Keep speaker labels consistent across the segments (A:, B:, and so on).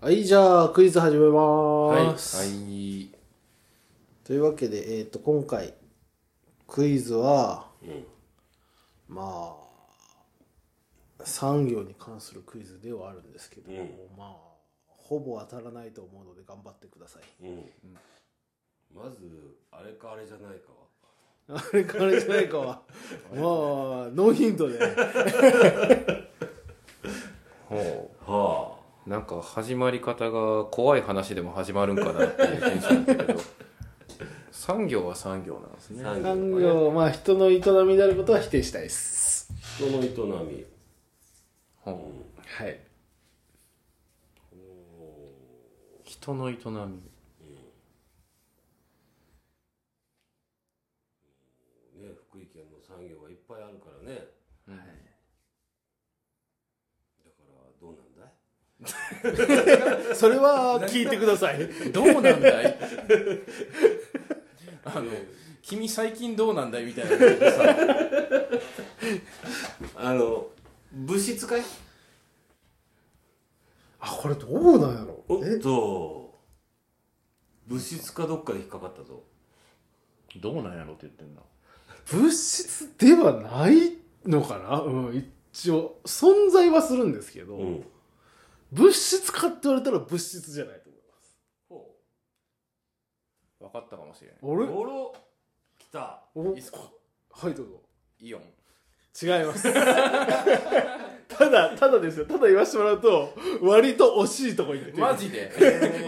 A: はい、じゃあ、クイズ始め
B: はい。
A: ま
B: は
A: ーす。
B: い。
A: というわけで、えっ、と、今回、クイズは、まあ、産業に関するクイズではあるんですけど、
B: うん
A: まあ、ほぼ当たらないと思うので頑張ってください。
B: うん。まず、あれかあれじゃないか。
A: あれかあれじゃない かは、まあ、ノーヒントで。
C: ほ
B: は
C: うなんか始まり方が怖い話でも始まるんかなっていうテンションだったけど 産業は産業なんですね
B: 産
A: 産業、まあ、人の営みであることは否定したいです。
B: あ。人の営み。
C: ほう
A: はい。
C: 人の営み
B: ね、福井県の産業がいっぱいあるからね。
C: うん
B: だから、どうなんだい
A: それは聞いてください。
C: どうなんだいあの君最近どうなんだいみたいなことでさ
B: あの、物質かい
A: あ、これどうなんやろ
B: おっと。物質かどっかで引っかかったぞ。
C: どうなんやろって言ってんな
A: 物質ではないのかなうん、一応、存在はするんですけど、
B: うん。
A: 物質かって言われたら物質じゃないと思います。
B: ほう。
C: 分かったかもしれない
A: あれ
B: おろ、来た。
A: お
C: いいっすか
A: はい、どうぞ。
C: イオン
A: 違います。ただ、ただですよ。ただ言わせてもらうと、割と惜しいとこ行ってる。
C: マジで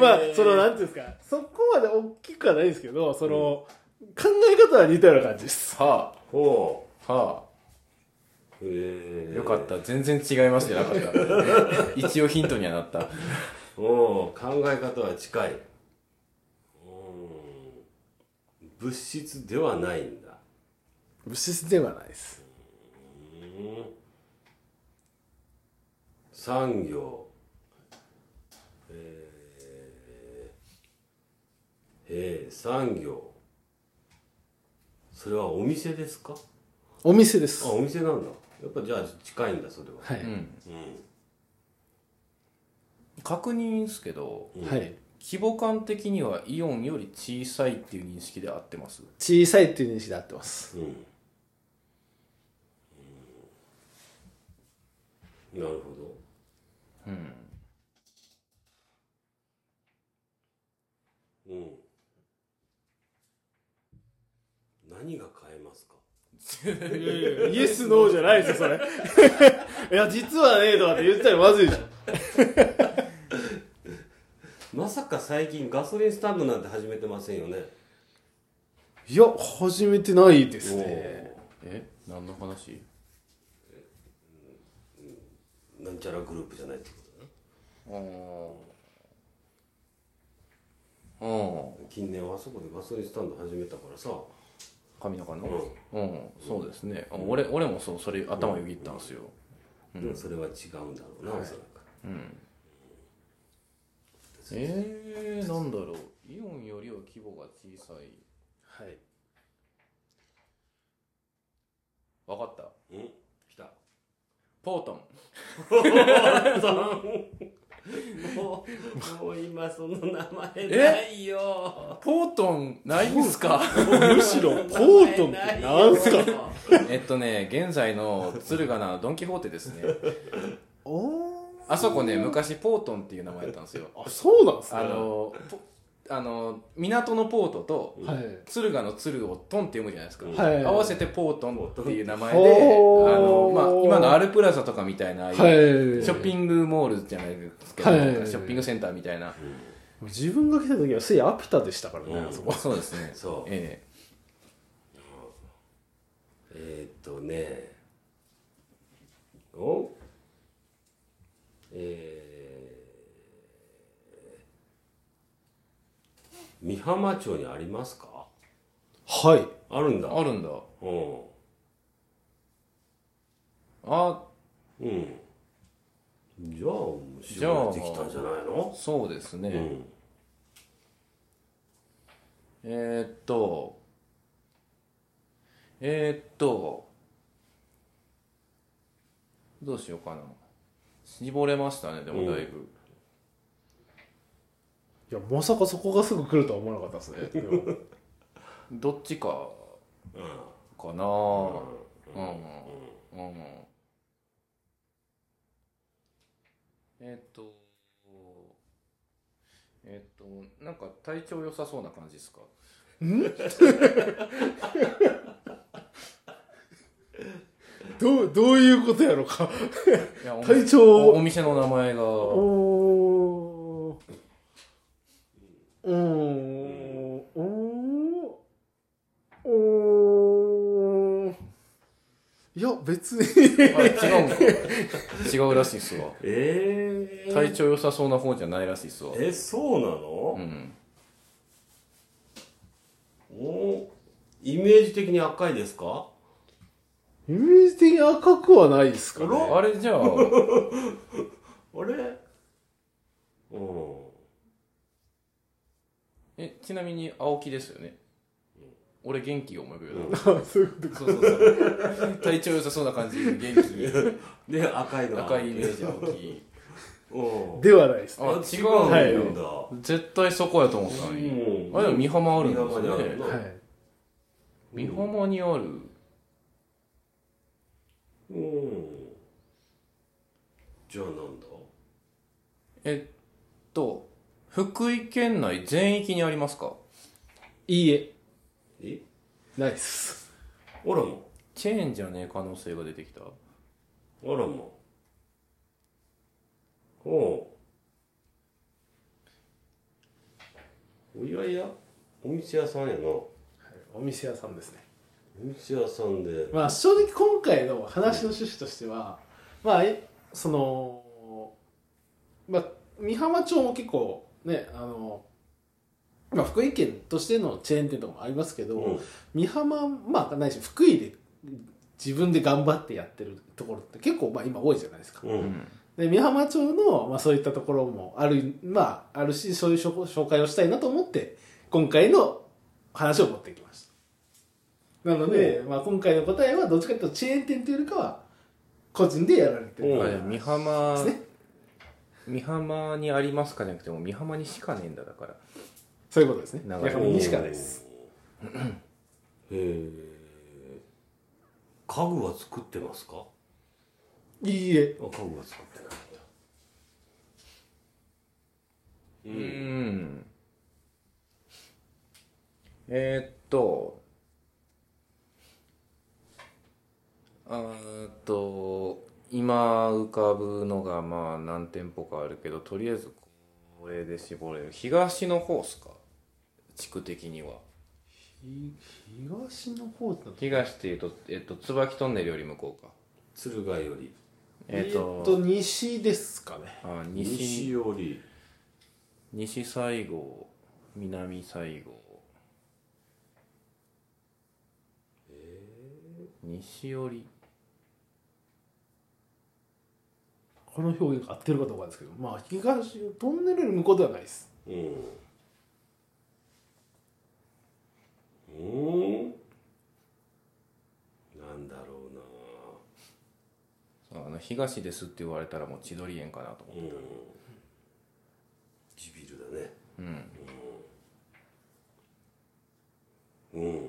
A: まあ、その、なんていうんですか、そこまで大きくはないんですけど、その、考え方は似たような感じです。
C: は
B: ほ
C: あはあ
B: う。へえ。
C: よかっ。た全然違いますじゃな かった一応ヒントにはなった
B: お考え方は近いうん物質ではないんだ
A: 物質ではないです。
B: 産業えー、えー、産業それはお店ですか
A: お店です
B: あ。お店なんだやっぱじゃあ近いんだそれは
A: は
C: う
A: い。
C: ん
B: うん
C: 確認ですけど
A: はい。
C: 規模感的にはイオンより小さいっていう認識で合ってます
A: 小さいっていう認識で合ってます。
B: うん、うん、なるほど
C: うん
B: うん。何が変えますか
A: いやいやイエスノーじゃないですよ、そ れ。いや、実はね、とかって言ったらまずいでしょ。
B: まさか最近ガソリンスタンドなんて始めてませんよね。
A: いや、初めてないですね。
C: え何の話
B: おーなんちゃらグループじゃないってことだね。
C: うんうん
B: 近年はあそこでガソリンスタンド始めたからさ。
C: 神のかの
B: う
C: うんそうですね、あ俺俺もそうそれ頭よぎったんですよ
B: でもそれは違うんだろうな、おそらく。
C: うんえー、なんだろうイオンよりは規模が小さい
A: はい。
C: わかった
B: うん 来た。
C: ポートン
B: もう、もう今その名前
C: え
B: ないよ。
C: ポートンないんすか
A: むしろ、ポートンってなんすか
B: か
C: えっとね現在の敦賀なドン・キホーテですね
A: お
C: あそこね昔ポートンっていう名前だったんですよ
A: あ、そうなんす
C: あ
A: ね。
C: のポあの港のポートと
A: はい。
C: 敦賀の鶴をトンって読むじゃないですか、
A: はい
C: 合わせてポートンっていう名前であ
A: ほー
C: の、まあ、今のアルプラザとかみたいなああいう
A: はい。
C: ショッピングモールじゃないですけど、
A: はい
C: ショッピングセンターみたいな、
A: 自分が来た時は、すいアピタでしたから
B: う
A: ね、
B: ん
A: あそこ。
C: そうですね
B: そう
C: え
B: えー、っとねおえー、美浜町にありますか
A: はい。
B: あるんだ
C: えあるんだ
B: うん
C: あ
B: うんじゃあ面白いできたんじゃないの
C: そうですね、
B: うん
C: えー、っとえー、っとどうしようかな絞れましたねでもだいぶ、
A: いやまさかそこがすぐ来るとは思わなかったですねで も
C: どっちか
B: うん
C: かな
B: う
C: うんん
B: うん
C: うん、えっ、とえっ、となんか体調良さそうな感じですか
A: どうどういうことやろか
C: いやお店
A: 体調
C: おお店の名前が
A: おーうんうんうんいや別に
C: あ違うんか違うらしいっすわ
B: えー、
C: 体調良さそうな方じゃないらしいっすわ
B: えそうな
C: う
B: の、
C: ん
B: おイメージ的に赤いですか
A: イメージ的に赤くはないですかね
B: お
C: あれじゃあ
B: あれうん
C: えちなみに青木ですよね俺元気を思い浮かべた
B: うん
A: あ そういうこと
C: そうそうそう。体調良さそうな感じ、元気。
B: で赤いのが
C: 赤いイメージ、青木。
B: うん
A: ではないですね
C: あ
B: あ違
C: 違
B: う
C: うんん
B: だ、
C: だ
B: はい、
C: 絶対そこやと思ったのに。あ、でも、美浜あるんです
B: 美浜にあ
C: ね
B: るの。
A: はい
C: 美浜にある。
B: うんじゃあなんだ
C: えっと、福井県内全域にありますか
A: いいえ
B: え
A: ないです
B: あらま
C: チェーンじゃねえ可能性が出てきた。
B: あらまおうお祝いやお店屋さんやなお
A: お店屋さんですね
B: 店屋さんで
A: まあ正直今回の話の趣旨としては、まあえそのまあ美浜町も結構ねあの、まあ、福井県としてのチェーン店とかもありますけど、
B: うん
A: 美浜まあないし福井で自分で頑張ってやってるところって結構まあ今多いじゃないですか。
B: う
C: うんん。
A: で美浜町の、まあ、そういったところもある,、まあ、あるしそういう紹紹介をしたいなと思って今回の話を持ってきましたなので、まあ、今回の答えはどっちかというとチェーン店というよりかは個人でやられて
B: うん
A: る
C: あ、じゃあ美浜
A: ですね、
C: 美浜にありますかじゃなくて、もう美浜にしかねえんだ、だから。
A: そういうことですね
C: なるほど
A: 中身にしかないです
B: へえ家具は作ってますか
A: いいえ
B: あ家具は作ってないう
C: う
B: んだ
C: ん。えー、っと、あーっと、今浮かぶのがまあ何店舗かあるけど、とりあえずこれで絞れる。東の方っすか地区的には。
A: ひ東の方っての
C: 東っていうと、えっと、椿トンネルより向こうか。
B: 鶴ヶより
C: え
A: え
C: ー
A: っ
C: っ
A: と
C: と、
A: 西ですかね
C: あ
B: 西
C: 西、
B: より
C: 西西郷、南西郷。西寄り。
A: この表現が合ってるかどうかですけどまあ東トンネルより向こうではないです
B: うん。うん。なんだろうな。
C: あの東ですって言われたらもう千鳥園かなと思
B: うん。地ビルだね。
C: う、うん、
B: うん。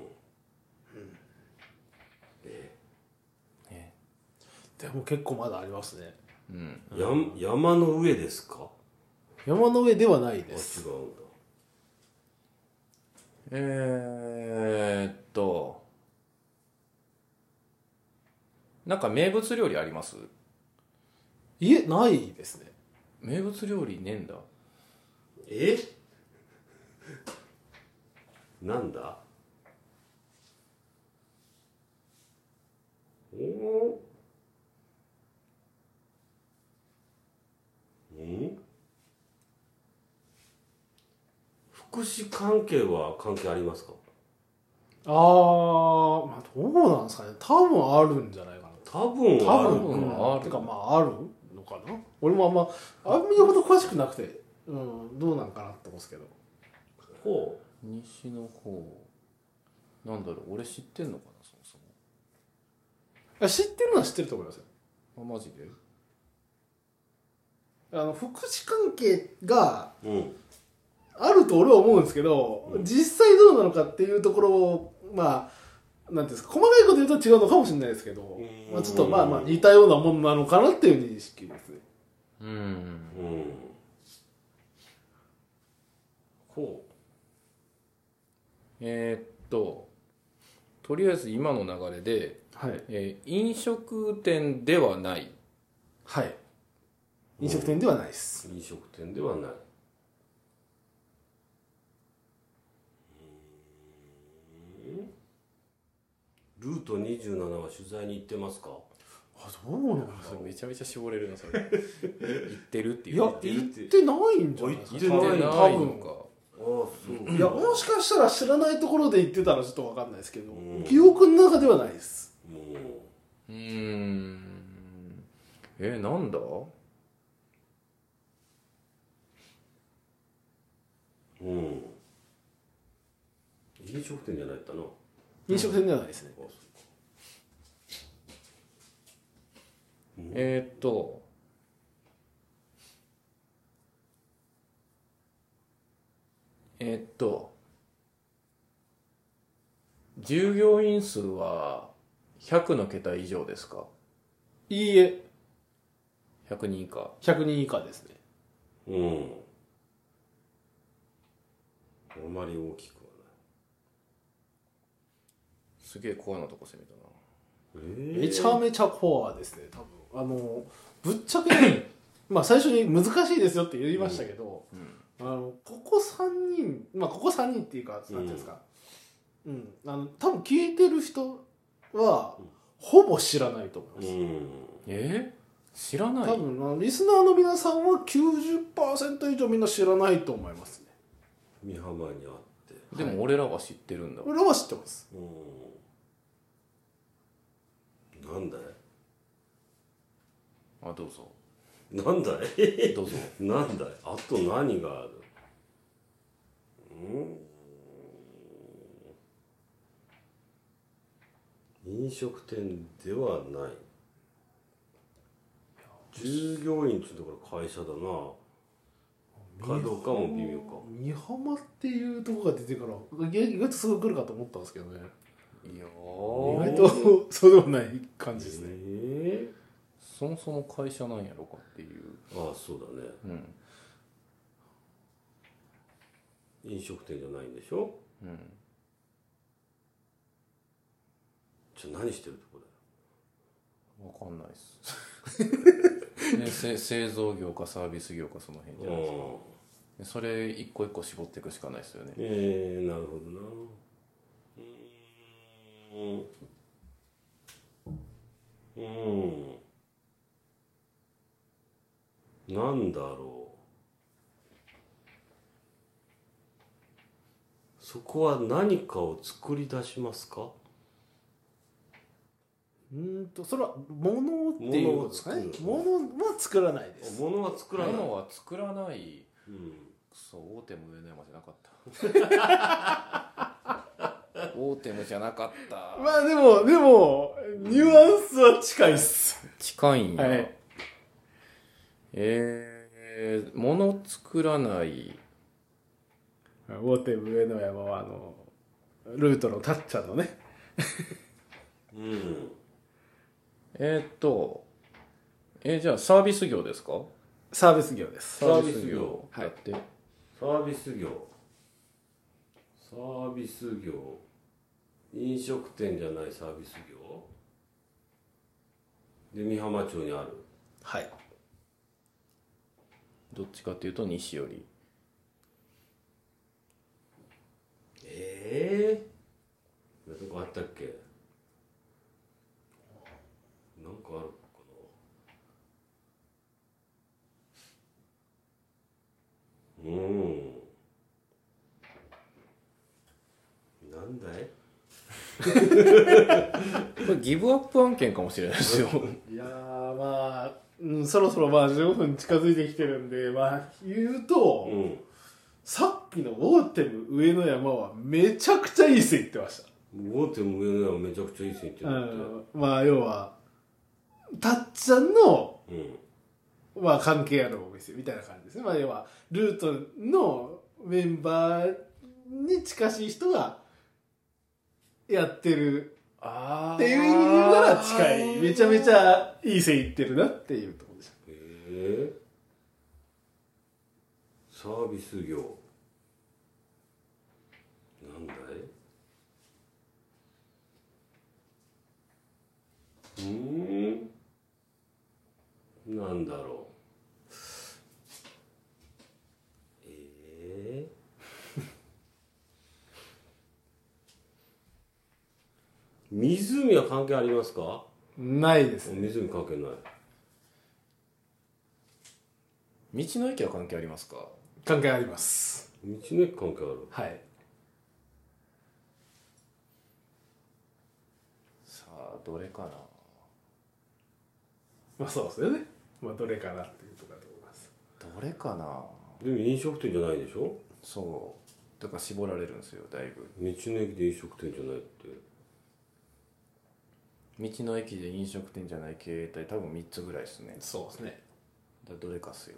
B: え
A: でも結構まだありますね
C: うん、
B: えやん山の上ですか。
A: 山の上ではない
B: あ、違
A: です
B: うんだ。
C: えー、っとなんか名物料理あります
A: いえないですね
C: 名物料理ねえんだ
B: え。なんだ。おお。ん。福祉関係は関係ありますか。
A: あー、まあどうなんですかね多分あるんじゃないかな
B: 多分ある
A: 多
B: か
A: 分
B: な。
A: うん
C: ある
A: てかまああるのかな俺もあんまあんまりほど詳しくなくてうんどうなんかなって思うんですけど
B: ほ
C: 西の方なんだろう俺知ってんのかなそもそ
A: いや知ってるのは知ってると思いますよ
C: もあマジで
A: あの福祉関係が
B: う。うん。
A: あると俺は思うんですけど、実際どうなのかっていうところを、まあ、なんていうんですか、細かいこと言うと違うのかもしれないですけど
B: う、ん
A: まあちょっとまあまあ似たようなもんなのかなっていう認識ですね。
C: うん
B: うんこ
C: えーっととりあえず今の流れで、
A: はい。
C: えー飲食店ではない
A: はい。飲食店ではないです。
B: う飲食店ではないうんルート27は取材に行ってますか
A: あ、そうなんです
C: そ
A: か
C: れめちゃめちゃ絞れるなそれ言ってるってい
A: いうや、
C: 言
A: 行
C: っ
A: ってて
C: る
A: ないんじゃないですか。
B: 行ってな
A: 多
B: い
C: ないの
A: 分
C: か
B: ああそう
A: いや、もしかしたら知らないところで行ってたらちょっとわかんないですけど
B: うん、
A: 記憶の中ではないです。
B: も
C: うーんえー、なんだ
B: ううん飲食店じゃないったな
A: 飲食店ではないですね。
C: えー、っとえー、っと従業員数は100の桁以上ですか
A: いいえ、
C: 100人以下
A: 100人以下ですね。
B: うんあまり大きくは
C: すげえコアなとこ攻めたな
B: ない
A: めちゃめちゃコアですね、多分。あの、ぶっちゃけ、 まあ最初に難しいですよって言いましたけど、あの、ここ3人、まあここ3人っていうか、なんていうんですか、うん、あの、多分聞いてる人は、ほぼ知らないと思います。
B: うん
C: えー、知らな
A: 多
C: い
A: 分なリスナーの皆さんは90%以上みんな知らないと思いますね
B: 美浜にあって
C: でも俺らは知ってるんだ、
A: 俺は知ってます
B: うんなんだい
C: あどうぞ
B: なんだい
C: どうぞ
B: なんだいあと何があるうん飲食店ではない従業員っていうところ会社だなかどうかも微妙か
A: 美浜っていうとこが出てから意外意外とすぐ来るかと思ったんですけどね
C: いや
A: 意
C: ー
A: 外と そうでもない感じですね
B: え
C: そもそも会社なんやろかっていう
B: えああそうだね
C: うん
B: 飲食店じゃないんでしょ
C: うん
B: じゃあ何してるとこだよ
C: わかんないっす ねせ製造業かサービス業かその辺じゃないですか
B: うん
C: でそれ一個一個絞っていくしかないですよね
B: えー、なるほどなうーんうんなんだろうそこは何かを作り出しますか
A: うーんとそれは物っていうことですかね
B: 物
A: 物は作らないです
B: 物は作らない、
C: 物は作らない
B: うん
C: クソ大手も上の山じゃなかった大手もじゃなかった
A: まあでもでもニュアンスは近いっす
C: 近いんや、
A: はい
C: えー、物作らない
A: 大手上野山はあのルートのたっちゃんのね
B: うん、
C: えー、っとえー、じゃあサービス業ですか
A: サービス業です
B: サービス業
C: サービス業だって、
B: サービス業サービス業飲食店じゃないサービス業で美浜町にある
A: はい
C: どっちかっていうと西より
B: ええどこあったっけなんかあるかなうんなんだい
C: これギブアップ案件かもしれないですよ
A: いやーまあ、うん、そろそろまあ15分近づいてきてるんでまあ言うと、
B: うん
A: さっきのウォーテム上の山はめちゃくちゃいい線いってまし
B: 大手も上のはめちゃくちゃいい線いって
A: た、
B: る
A: う
B: って
A: ん、まあ要はたっちゃんの、
B: うん
A: まあ、関係あるお店みたいな感じですねまあ要はルートのメンバーに近しい人がやってる
C: あ
A: っていう意味で言うなら近い。めちゃめちゃいい線いってるなっていうところです。
B: へえサービス業なんだいうーんなんだろうええ 湖は関係ありますか
A: ないですね。
B: 湖関係ない
C: 道の駅は関係ありますか
A: 関係あります。
B: 道の駅関係ある
A: はい。
C: さあどれかな
A: まあそうですよね。まあどれかなっていうところだと思います。
C: どれかな
B: でも飲食店じゃないでしょ
C: そうだから絞られるんですよだいぶ
B: 道の駅で飲食店じゃないって
C: 道の駅で飲食店じゃない経営体多分3つぐらいですね
A: そうですね。
C: だどれかっすよ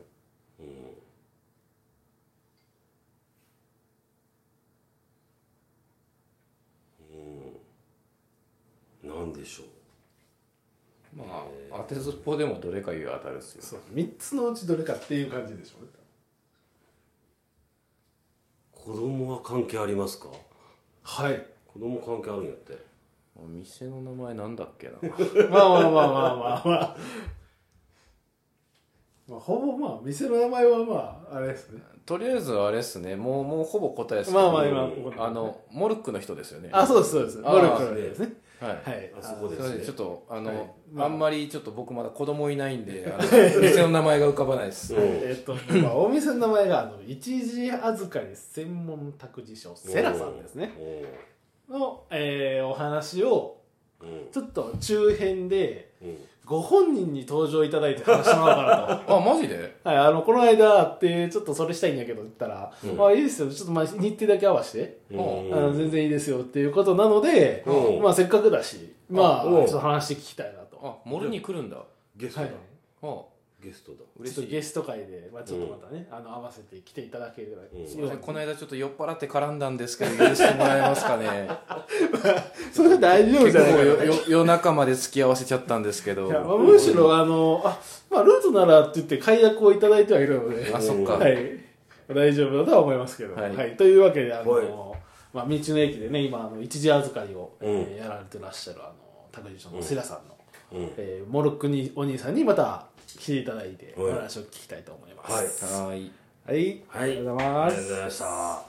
B: なんでしょう
C: まあ当てずっぽうでもどれか言う当たるっすよ
A: そう。三つのうちどれかっていう感じでしょうね。
B: 子供は関係ありますか
A: はい。
B: 子供関係あるんやって
C: お店の名前なんだっけな
A: まあまあまあまあまあまあ。まあ、ほぼまあ、店の名前はまあ、あれですね。
C: とりあえずあれっすねもうもうほぼ答えっすけ
A: ま
C: ど
A: あまあ今ここで
C: あのモルックの人ですよね
A: あ、そうです、そうです。
C: あー
A: モルクのですね。
C: はい、
A: はい。
B: あそこ
C: す
B: で
C: い
B: す
C: ませ
B: ね
C: んちょっとあの、
A: はいまあ
C: あんまりちょっと僕まだ子供いないん であの店の名前が浮かばないです
B: うん
A: えっと、まあ、お店の名前が、あの、一時預かり専門託児所、セラさんですね。の、えー、お話を、
B: うんうん
A: ちょっと中編で、
B: うん
A: ご本人に登場いただいて話してもらおうかなと。
C: あマジで
A: はい、あの、この間会って、ちょっとそれしたいんやけど、言ったら、
B: うん
A: まあ、いいですよ。ちょっとまあ、日程だけ合わせて、
B: うん
A: あの全然いいですよっていうことなので、
B: うん
A: まあせっかくだし、まあ、ち
B: うん
A: ょっと話して聞きたいなと。は
C: あモルに来るんだ
B: ゲスト
A: い
B: だ。
C: あ
B: ゲストだ
C: 嬉
A: ちょ
C: し
A: っと
C: い
A: ゲスト会で、まあちょっとまたね、あの、合わせて来ていただければ。
B: うん
A: そ
C: すいませんこ
A: う
C: の間ちょっと酔っ払って絡んだんですけど許してもらえますかね
A: それ大丈夫じ
C: 結
A: ゃ
C: 構
A: ないか
C: よ
A: な。い
C: よ夜中まで付き合わせちゃったんですけど
A: やまあ、むしろ、あの、あ、まあ、ルートならって言って解約をいただいてはいるので、
C: あそっか、
A: はい。大丈夫だとは思いますけど。
C: はい
A: はい。というわけで、あ
B: はい
A: の、まあ、道の駅でね、今、あの、一時預かりを
B: うん
A: えーやられてらっしゃる、あの、拓司所のセラさんの、
B: うんは
A: えーモロックにお兄さんにまた来ていただいて
B: はい
A: お話を聞きたいと思います。
B: い
C: はーい
A: はい、あ
B: はい
A: りがとうござい
B: あ
A: ま
B: りがとう
A: す
B: ご。ざいました